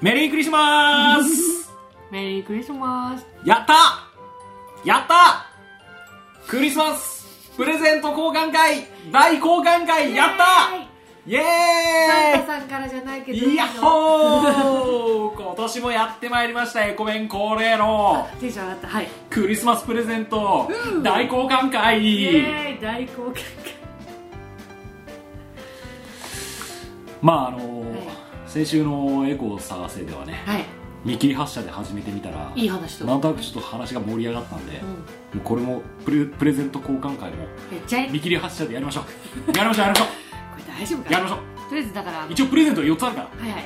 メリークリスマス メリークリスマスやったやったクリスマスプレゼント交換会大交換会やったイサエンターさんからじゃないけどイやっほ ー今年もやってまいりましたエコメン恒例のテンション上がったはいクリスマスプレゼント大交換イエ会ーイ大交換会まああのはい先週のエコを探せではねはい見切り発車で始めてみたらいい話となんとなくちょっと話が盛り上がったんで、うんもうこれもプレプレゼント交換会もやっちゃえこ見切り発車でやりましょうやりましょうやりましょれ大丈夫かうやなりましょうとりあえずだからあの一応プレゼント4つあるからはいはい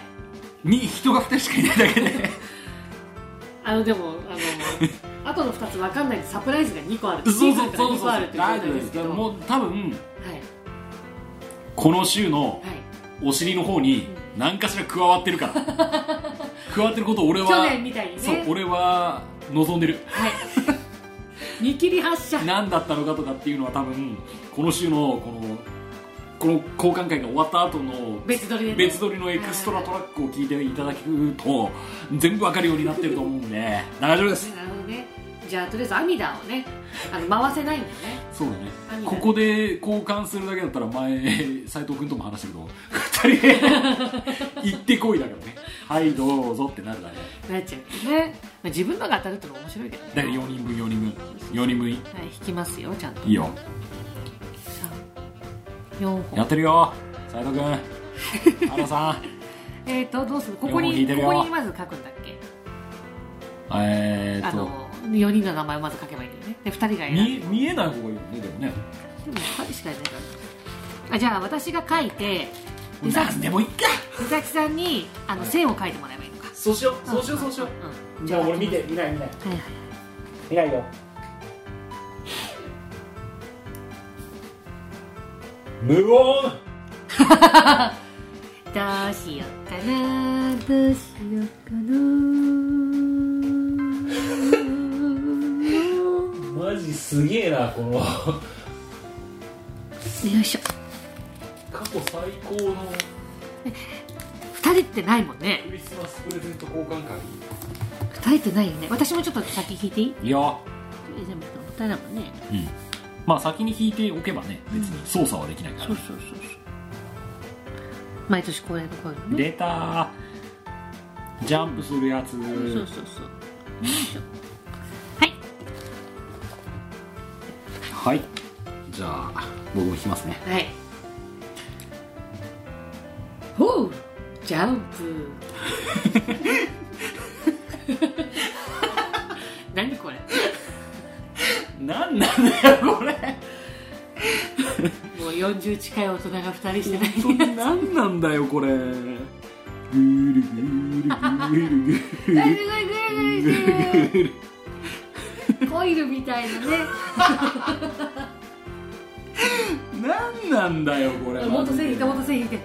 に人が2人しかいないだけであのでも あの後の2つ分かんないんでサプライズが2個あそるうそうそうシーズンからそう2個あるってこと大丈夫でですすけどもう多分はいこの週のはいお尻の方に何かしら加わってるから加わってることを俺は去年みたいにねそう俺は望んでるはい 見切り発車何だったのかとかっていうのは多分この週のこのこの交換会が終わった後の別撮りでね別撮りのエクストラトラックを聞いていただくと全部わかるようになってると思うんで 大丈夫ですなるほどねじゃあとりあえずアミダをねあの回せないんだよねそうだね何がここで交換するだけだったら前 斉藤君とも話したけど2人 で行ってこいだからねはいどうぞってなるだけなっちゃうね、まあ、自分のが当たるってのが面白いけどねだから4人分4人分4人分いはい、引きますよちゃんといよ4本やってるよ斉藤君原さんえっ、ー、とどうするここ四本引いにてこるよこにまず書くんだっけえー、あっとの4人の名前をまず書けばいいんだよねで2人が選んで見え見えない方がいいよねでもねでも2人しかいないからあじゃあ私が書いて美咲何でもいいか美咲さんにあの線を書いてもらえばいいのかそうしよううんじゃあ俺見て見ない見ないはいはい見ないよ無音どうしようか などうしようかなマジすげえなこの過よいしょ去最高の2人ってないもんねクリスマスプレゼント交換会2人ってないよね私もちょっと先引いていいいやえでも2人だもんねうんまあ先に引いておけばね別に操作はできないかそうそうそうそう毎年恒例のこういうのね出たージャンプするやつそうそうそうそうよいしょはいはいじゃあ僕も引きますねはいほうジャンプ 何これなんなんだよこれもう40近い大人が2人してない本当に何なんだよこれぐるぐるぐるぐるぐすごいるグルグルしてるコイルみたいなね何なんだよこれもっと線引いてもっと線引いて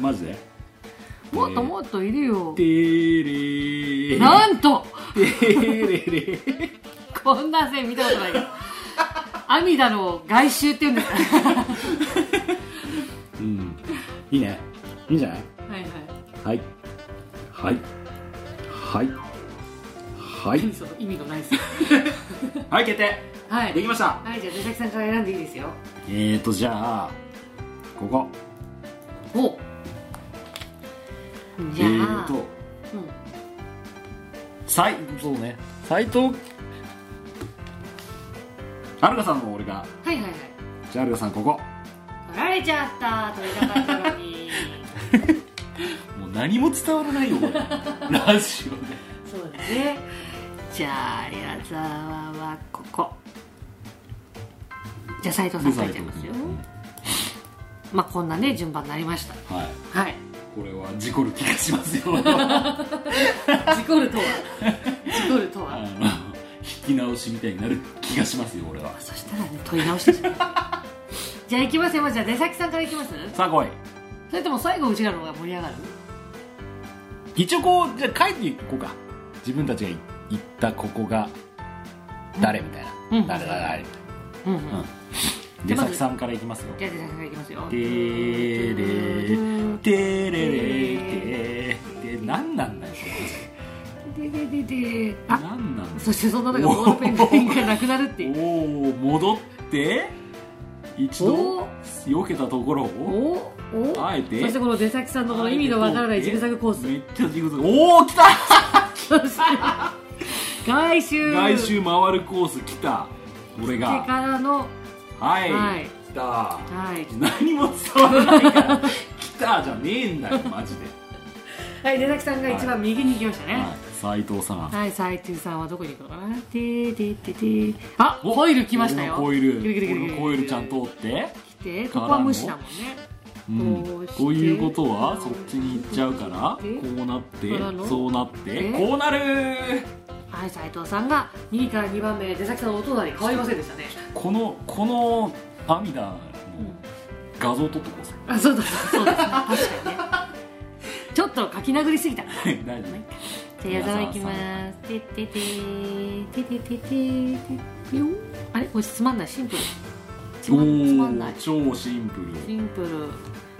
マジでもっともっといるよてれーなんとてれれ こんな線見たことないけど阿弥陀の外周っていうんですか はいうんいいねいいんじゃないはいはいはいはいはい何その意味のない線はい決定はいできましたはいじゃあ出崎さんから選んでいいですよえーとじゃあここおえじゃーあ、とうんさいそうね斎藤アルガさんの俺がはいはいはいじゃあアルガさんここ取られちゃった取りたかったのにもう何も伝わらないよこ れラジオで そうだねじゃあ矢沢はここじゃあ斎藤さん書いちゃいますよまあこんなね順番になりましたはいはいこれは事故る気がしますよ 事故 るとは事故るとは、あの引き直しみたいになる気がしますよ俺はそしたらね問い直してしまうじゃあ行きますよまずじゃあ出先さんから行きますさあ来いそれとも最後うちらの方が盛り上がる一応こうじゃあ書いていこうか自分たちが言ったここが誰みたいな、うん誰誰誰うんうん、ん出先さんからいきますよじゃあ出先さんから行きますよてーれーてーれれーてーって何なんだよそれでででであ何なんですそしてそんな中ボールペンがペンがなくなるっていうおお戻って一お度避けたところおをおおあえてそしてこの出先さんのこの意味のわからないジグザグコースめっちゃジグザグおお来たそして外周外周回るコース来た俺手がからのはい、はい来たはい何も伝わらないから来たじゃねえんだよマジで、はい出先さんが一番右に行きましたねはい、斉藤さんはい斎藤さんはどこに行くのかなでででであコイル来ましたよ俺のコイル来る来る来る来る俺のコイルちゃん通って、来てここは無視だもんねうんこうしてということはそっちに行っちゃうからこでうなってこうなのそうなってでこうなるはい斎藤さんが2位から2番目出先さんのお隣変わりませんでしたねこのこのファミダの画像撮っとこうぜあそうだそうだそうです確かにねちょっと書き殴りすぎた大丈夫じゃあ矢沢いきますてててててててててよあれこれつまんないシンプルつまつまんおないー超シンプシンプル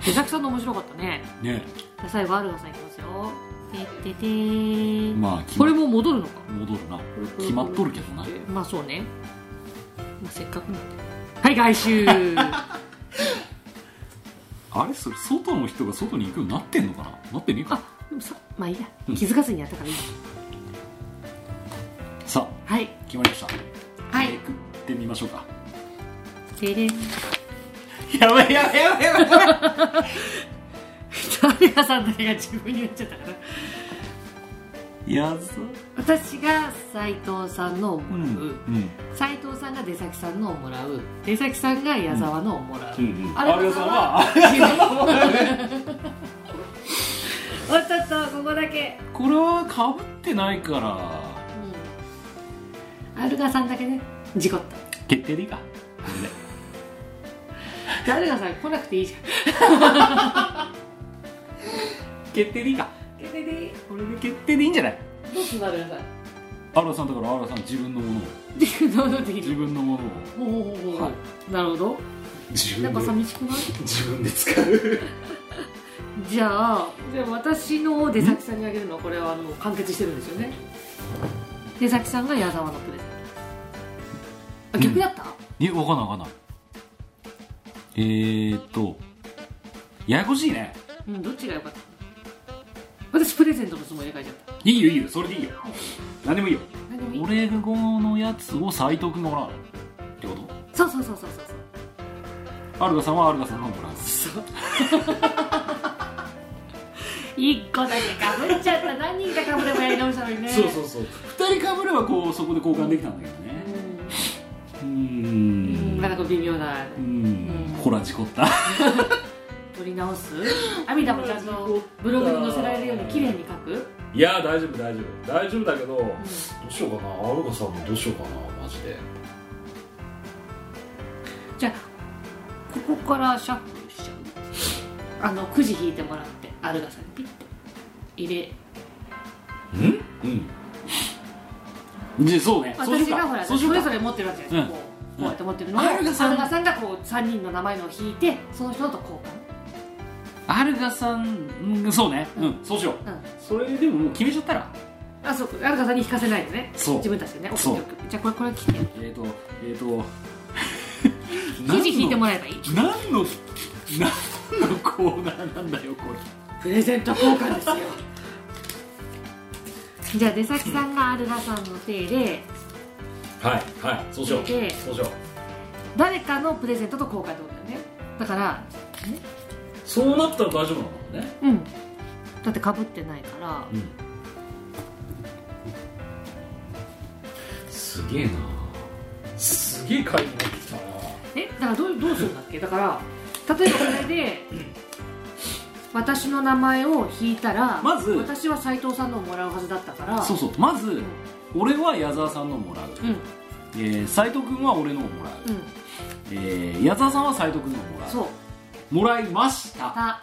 出先さんの面白かったねルねじゃあ最後アルガさんいきますよてててまあ決こまれも戻るのか戻るな決まっとるけどなまあそうね、まあ、せっかくなんではい外周なあれそれ外の人が外に行くようになってんのかななってねえかあでもさまあいいや気づかずにやったからいいやさはいあ決まりましたはいめくってみましょうかてれんやばいやばいやばいやばいやばいアルガさんだけが自分に言っちゃったからやば私が斉藤さんのをうもんらうう、ん斉藤さんが出先さんのをもらう出先さんが矢沢のをもらう、うんうんアル有吉さガさんんはは おっとっとここだけ、これはかぶってないからうん、アルガさんだけね事故っ決定でいいかたでアルガさん来なくていいじ決定でいいかゃんででこれで決定でいいんじゃないどうすんのアルガ さんアラさんだからアラさん自分のものをっていうのをでき自る分のものをほうほうほうほう、はなるほど自やっぱ寂しくない自分で使うじゃあじゃあ私のを出先さんにあげるのはこれはもう完結してるんですよね出先さんが矢沢のプレゼントあ逆だった、えわかんないわかんないえーっとややこしいねうん、どっちが良かった私プレゼントのつもりで書いちゃったいいよいいよそれでいいよ何でもいいよ何でもい俺いがこのやつを斎藤君がもらうってこそうそうそうそうそうとアルガさんはアルガさんのもらうそうそう一個だけかぶっちゃった何人かかぶればやり直したのにねううそう2人かぶればこうそこで交換できたんだけどねうーうんんなんかこう微妙なうーんほら事故った取り直す阿弥陀もちゃんとブログに載せられるように綺麗に書くいや大丈夫大丈夫大丈夫だけどどうんうしようかなアルガさんもどうしようかなマジでじゃあここからシャッフルしちゃうあのくじ引いてもらってアルガさんにピッと入れうんじゃあそうねそうしよ私うかがほらそそうしようれかぞれ持ってるわけじゃないですか、うんこうこうやって持ってるのを、アルガさんアルガさんがこう3人の名前のを引いてその人のと交アルガさんうんそうねうんうんそうしよう換、うん、それでももう決めちゃったらあそうかアルガさんに引かせないでねそう自分たちでねそう OKOK じゃあこれこれ切ってえっとえっ とくじ引いてもららえばいい何の何のコーナーなんだよこれプレゼント交換ですよじゃあ出先さんがアルガさんの手ではいはいそうしようでそうしよう誰かのプレゼントと交換ってことだよねだからそうなったら大丈夫なのかねうんだってかぶってないからうんすげえなすげえ会議になってきたなえだからどうどうするんだっけだから例えばこれで私の名前を引いたらまず私は斎藤さんのをもらうはずだったからそうそうまず俺は矢沢さんのをもらう、うんうんえー、斉藤君は俺のをもらう、えー、矢沢さんは斉藤君のをもらうそうもらいましたた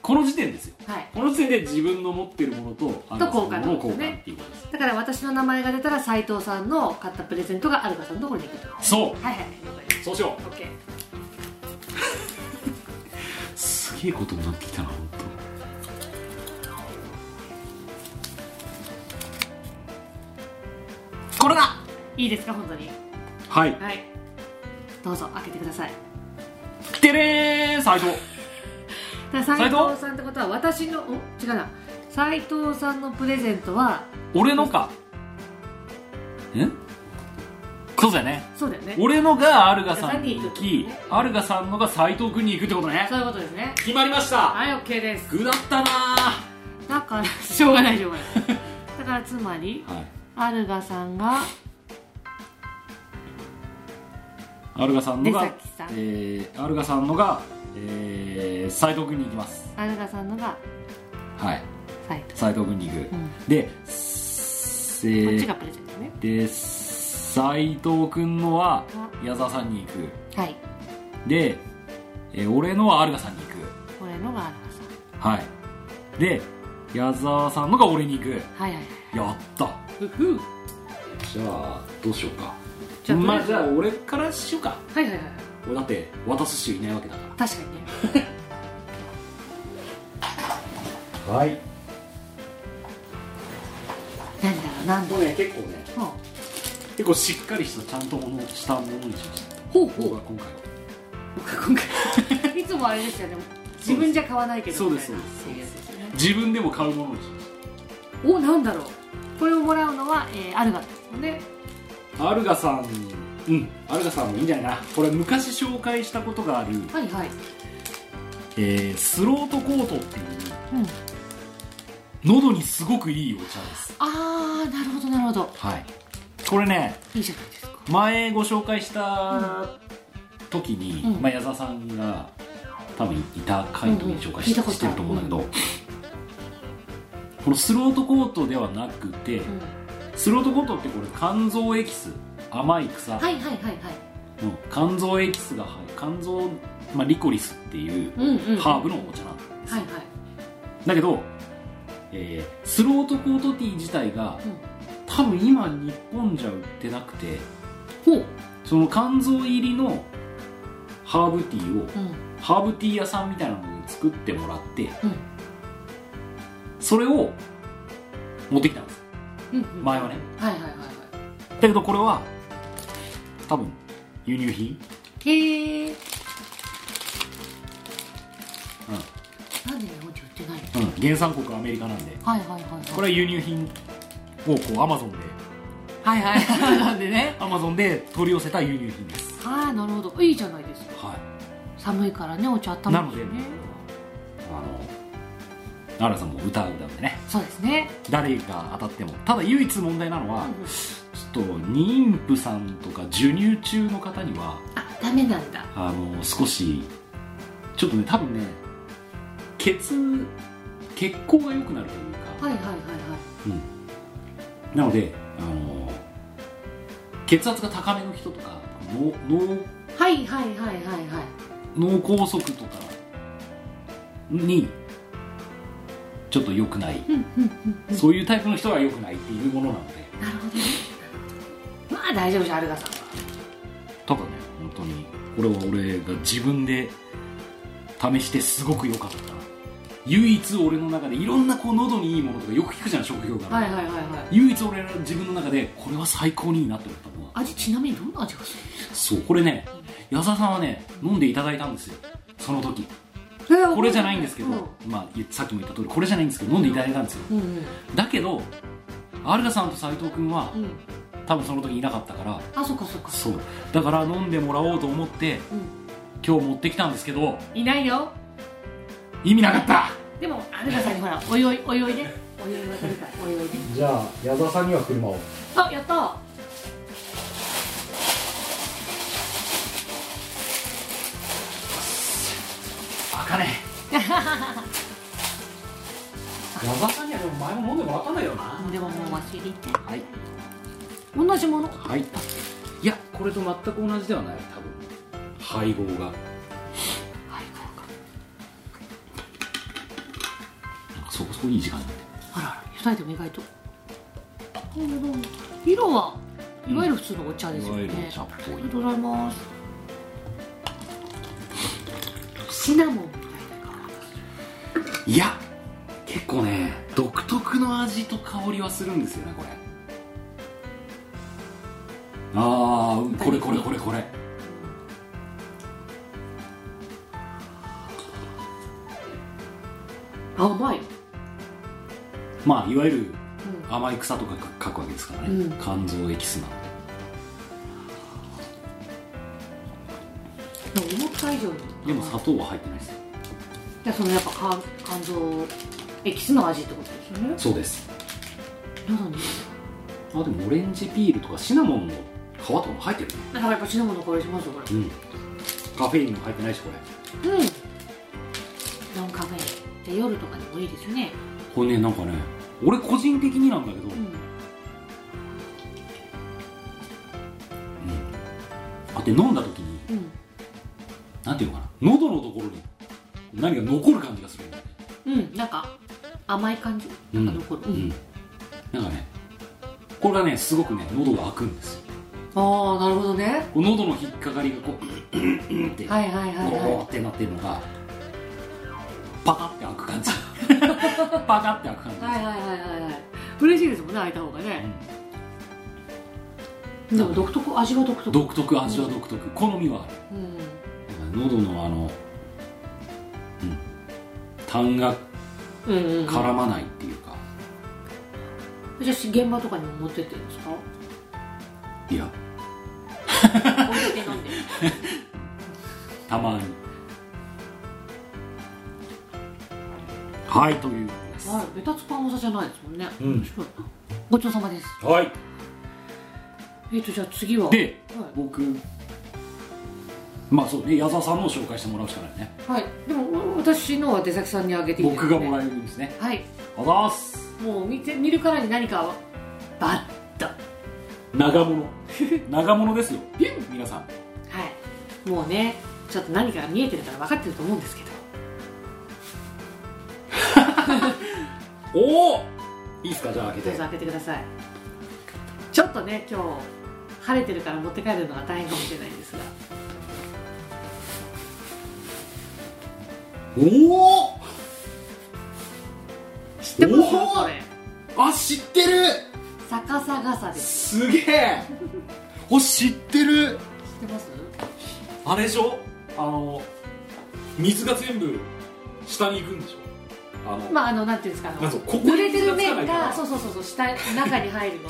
この時点ですよはいこの時点で自分の持ってるものとあ交換の交換っていうことです、だから私の名前が出たら斎藤さんの買ったプレゼントがアルカさんのところに行くとはそいはいはい了解でうそうしよす OK うすげえことになってきたな本これだいいですか本当にはいはいどうぞ開けてくださいてれーん斎藤だから斉藤さんってことは私のお違うな斉藤さんのプレゼントは俺のかんそうだよねそうだよね俺のがアルガさんに行きアルガさんのが斎藤君に行くってことねそういうことですね決まりましたはい OK です具だったなだから しょうがないしょうがないだからつまりはいアルガさんがアルガさんの出が崎さん、えー、アルガさんのが、えー、斉藤君に行きますアルガさんのがはい斉斉藤君に行く藤、うん、こで、せっちーがプレゼントねで斉藤君のは矢沢さんに行くはいで、えー俺のはアルガさんに行く俺のがアルガさんはいで矢沢さんのが俺に行くはいはいはいやったふふじゃあどうしようかじゃあまあとりじあえゃあず俺からしようかはいはいはいはい俺だって渡す人いないわけだか確かにねらはい何だろう何だろもうね結構ねう結構しっかりしたちゃんとものしたものにしましたほうほう僕は今回は今回いつもあれですよね自分じゃ買わないけどそうですみたいなそうですっていうやつですよね自分でも買うものにしましおなんだろうこれをもらうのは、えー、アルガですよねたアルガさんうんアルガさんもいいんじゃないかなこれ昔紹介したことがある、はいはい、えースロートコートっていううん、喉にすごくいいお茶ですああなるほどなるほどはいこれねいいじゃないですか前ご紹介した時に、うんまあ、矢沢さんが多分いた回の時に紹介し,、うんうん聞いたことあるてると思うんだけど、このスロートコートではなくて、うんスロートコートってこれ肝臓エキス甘い草はいはいはいはいの肝臓エキスが入る肝臓、まあ、リコリスっていううんうんハはーブのお茶なんだ,、いはいだけど、えースロートコートティー自体がうん多分今日本じゃ売ってなくてほうその肝臓入りのハーブティーをうんハーブティー屋さんみたいなのに作ってもらって、うんそれを持ってきたんですうんうん前はねはいはいはいはだけどこれは多分輸入品いへえうんなんで日本じゃ売ってないのうん、原産国アメリカなんではいはいはいはいこれは輸入品をこうアマゾンではいはい なんでねアマゾンで取り寄せた輸入品ですああなるほどいいじゃないですかは寒いからねお茶温いめなるので、よねあのアラさんも歌う歌うんでねそうですね誰が当たってもただ唯一問題なのは、うんちょっと妊婦さんとか授乳中の方にはあダメなんだあの少しちょっとね多分ね血血行が良くなるというか、はいはいはいはいうん、なのであの血圧が高めの人とか脳はいはいはいはいはい脳脳梗塞とかにちょっと良くないうんうんうんそういうタイプの人は良くないっていうものなのでなるほどねまあ大丈夫じゃんアルガさんはただね本当にこれは俺が自分で試してすごく良かった唯一俺の中でいろんなこう喉にいいものとかよく聞くじゃん職業から、はいはいはいはい唯一俺の自分の中でこれは最高にいいなって思ったのは味ちなみにどんな味がすそうこれね安田さんはね飲んでいただいたんですよその時るえーこれじゃないんですけど、うんまあ、さっきも言った通りこれじゃないんですけど飲んでいただいたんですようんだけどアルガさんと斎藤君はうんうん多分その時いなかったからあそっかそっかそうだから飲んでもらおうと思ってうん今日持ってきたんですけどいないよ意味なかったでもアルガさんにほらおいおいおいおいねおいおい渡るからおいおいねじゃあ矢沢さんには車をあやったあ かね矢沢さんにはでも前も飲んでもらったんだよなでももう忘れてはい同じものはいいやこれと全く同じではない多分配合がはいそうかなんかそこそこいい時間だねあらあら二人とも意外とどうもどうも色はいわゆる普通のお茶ですよね、いわゆるお茶っぽいありがとうございますシナモンみたいな香りがするいや結構ね独特の味と香りはするんですよねこれああこれこれこれこれあ甘い、まあいわゆるう甘い草とか書くわけですからね、うん肝臓エキスなんでん、でも思った以上にでも砂糖は入ってないですじゃあそのやっぱ肝肝臓エキスの味ってことですよねそうですなのにあでもオレンジピールとかシナモンの皮とかも入ってるねだからやっぱシナモンの香りしますよこうんカフェインも入ってないしこれれうんノンカフェインで夜とかでもいいですよねこれねなんかね俺個人的になんだけど、うんあって飲んだ時にうんなんていうのかな喉のところに何か残る感じがするんだよねうんなんか甘い感じうんなんか残る、うんなんかねこれがねすごくね喉が開くんですよああなるほどねこう喉の引っかかりがこううんうんうんってはいはいはいゴーはってなってるのがパカって開く 感じパカって開く感じいはいはいはいはいはい嬉しいですもんね開いた方がね、うんでも独特味は独特独特味は独特好みはあるうん喉のあの、うん、痰がうんうんうん、絡まないっていうか、じゃあ現場とかにも持ってってるんですか いや置いて飲んでたまにはいということですはいベタつく甘さじゃないですもんねうん面白いなごちそうさまですはいえっとじゃあ次はでは僕まあそうね矢沢さんのを紹介してもらうしかないねい、はい、でも私のは出先さんにあげていいですか僕ねがもらえるんですねはいあざーすもう見て見るからに何かはバッとは長 物長物ですよピュン皆さんいもうねちょっと何かが見えてるから分かってると思うんですけどおおいいですかじゃあ開けどうぞて開けてくださいちょっとね今日晴れてるから持って帰るのが大変かもしれないんですがおお知ってますおーこれあ知ってる逆さ傘ですすげえお知ってる知ってますあれでしょあの水が全部下に行くんでしょあの、まああのなんていうんですかあなんのかここ濡れてるに面水がつかないかがらそうそうそうそう下中に入るの でわからないま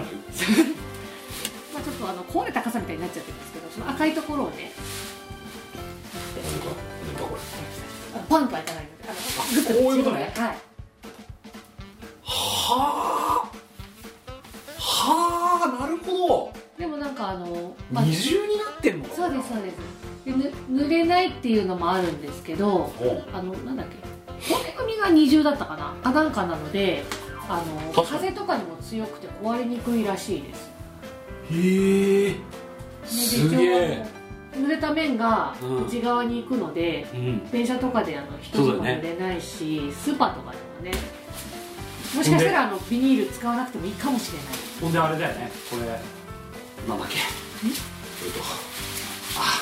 あちょっとあの壊れた傘みたいになっちゃってるんですけどその赤いところをねあのパンと開かないのであのグッとこういうことねはいはあはあなるほでもなんかあの、どあ、二重になってんのそうですそうですでぬ濡れないっていうのもあるんですけどおあのなんだっけ骨組みが二重だったかなかなんかなのであの確かに風とかにも強くて壊れにくいらしいですへえねすでげ一え応濡れた面がうん内側に行くので、うん電車とかであの人そうとかだよ濡ねれないし、スーパーとかでもねもしかしたらあのビニール使わなくてもいいかもしれないほんであれだよねこれなんだっけえっと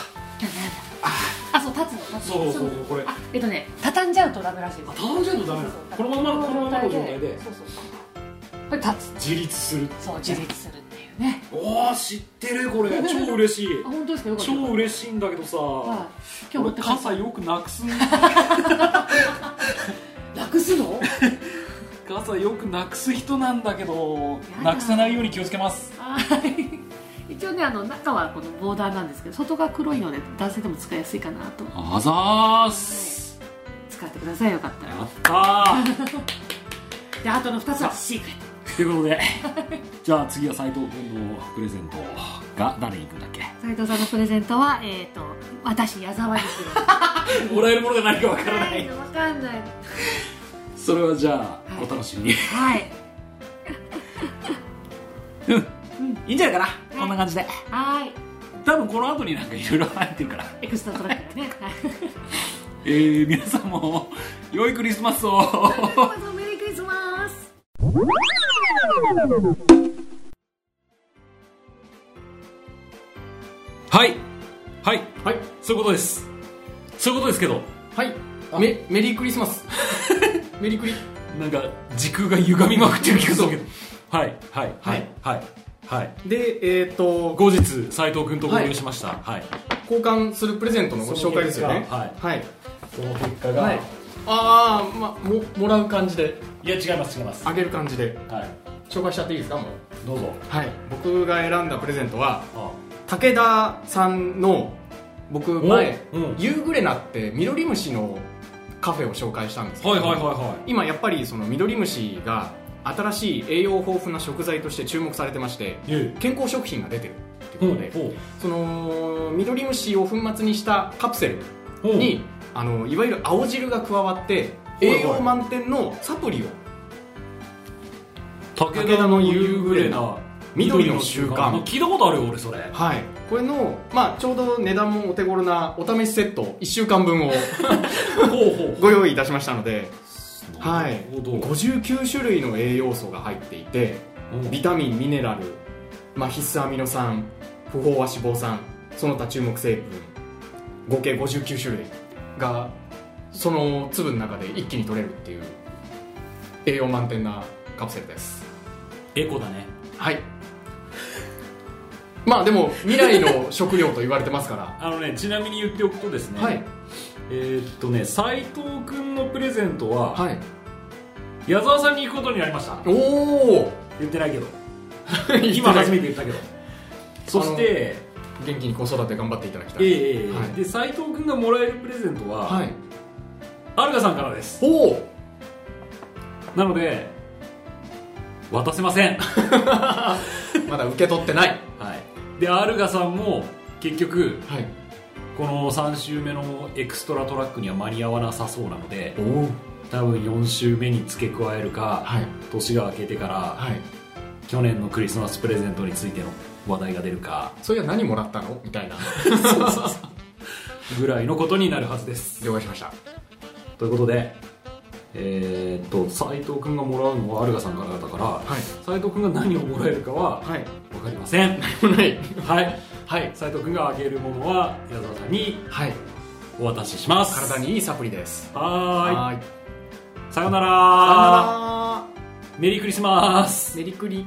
あそう立つの立つそうのそうそうこれあえっとね畳んじゃうとダメらしいです畳んじゃうとダメなのそうそうこのままこのままの状態でそうそうそうこれ立自立するつそう自立するっていうねおお知ってるこれ超嬉しいあ本当ですかよかった超嬉しいんだけどさはい今日持っ俺て帰っ傘よくなく すんたなくすの傘よくなくす人なんだけどやだなくさないように気をつけますはい一応ねあの中はこのボーダーなんですけど外が黒いので男性でも使いやすいかなとあざーす使ってくださいよかったらやったであとの2つはシークレットー ということでじゃあ次は斉藤君のプレゼントが誰に行くんだっけ斉藤さんのプレゼントはえっ、と私矢沢ですよもらえるものが何かわからな はいいわかんないそれはじゃあはいお楽しみにはいうんいいんじゃないかなこんな感じではい多分この後になんかいろいろ入ってるからエクストラトラックねはいえー、皆さんも良いクリスマスを まずメリークリスマスはいはいはい、そういうことですそういうことですけどはい、メメリークリスマ スメリークリなんか時空が歪みまくってる気がするけどはいはいはいはいはい、はい、で、えー、と後日斉藤君と合流しました、はい交換するプレゼントのご紹介ですよねはい、はいその結果が、はいい、ああまももらう感じでや違います違いますあげる感じではい紹介しちゃっていいですかもうどうぞはい僕が選んだプレゼントはあ武田さんの僕前おうん夕暮れなってミドリムシのカフェを紹介したんですけどはいはいはいは今やっぱりそのミドリムシが新しい栄養豊富な食材として注目されてましていえ健康食品が出てるってほこうとで、そのミドリムシを粉末にしたカプセルほうにあのいわゆる青汁が加わっていはい栄養満点のサプリを武武田の夕暮れなな緑の習慣聞いたことあるよ俺それはい、これの、まあ、ちょうど値段もお手頃なお試しセット1週間分をほうほうご用意いたしましたので、はいなるほ、ど59種類の栄養素が入っていてビタミンミネラル、まあ、必須アミノ酸不飽和脂肪酸その他注目成分合計59種類がその粒の中で一気に取れるっていう栄養満点なカプセルですエコだねはいまあでも未来の食料と言われてますからあのねちなみに言っておくと ですね、はい、えーっとね斉藤君のプレゼントは、はい、矢沢さんに行くことになりましたおお言ってない けどない今初めて言ったけどそして元気に子育て頑張っていただきたええい、ええええはいで斉藤君がもらえるプレゼントは、はいアルガさんからですおおなので渡せません、まだ受け取ってないはい、でアルガさんも結局はいこの3週目のエクストラトラックには間に合わなさそうなのでおお多分4週目に付け加えるかはい年が明けてからはい去年のクリスマスプレゼントについての話題が出るかそれは何もらったのみたいなぐらいのことになるはずです了解しましたということでえーっと斉藤君がもらうのはアルガさんからだから、はい斉藤君が何をもらえるかははい分かりませんはいはいはい斉藤君があげるものは矢沢さんにはいお渡しします体にいいサプリですはーいーいさよならさよならメリークリスマスメリクリ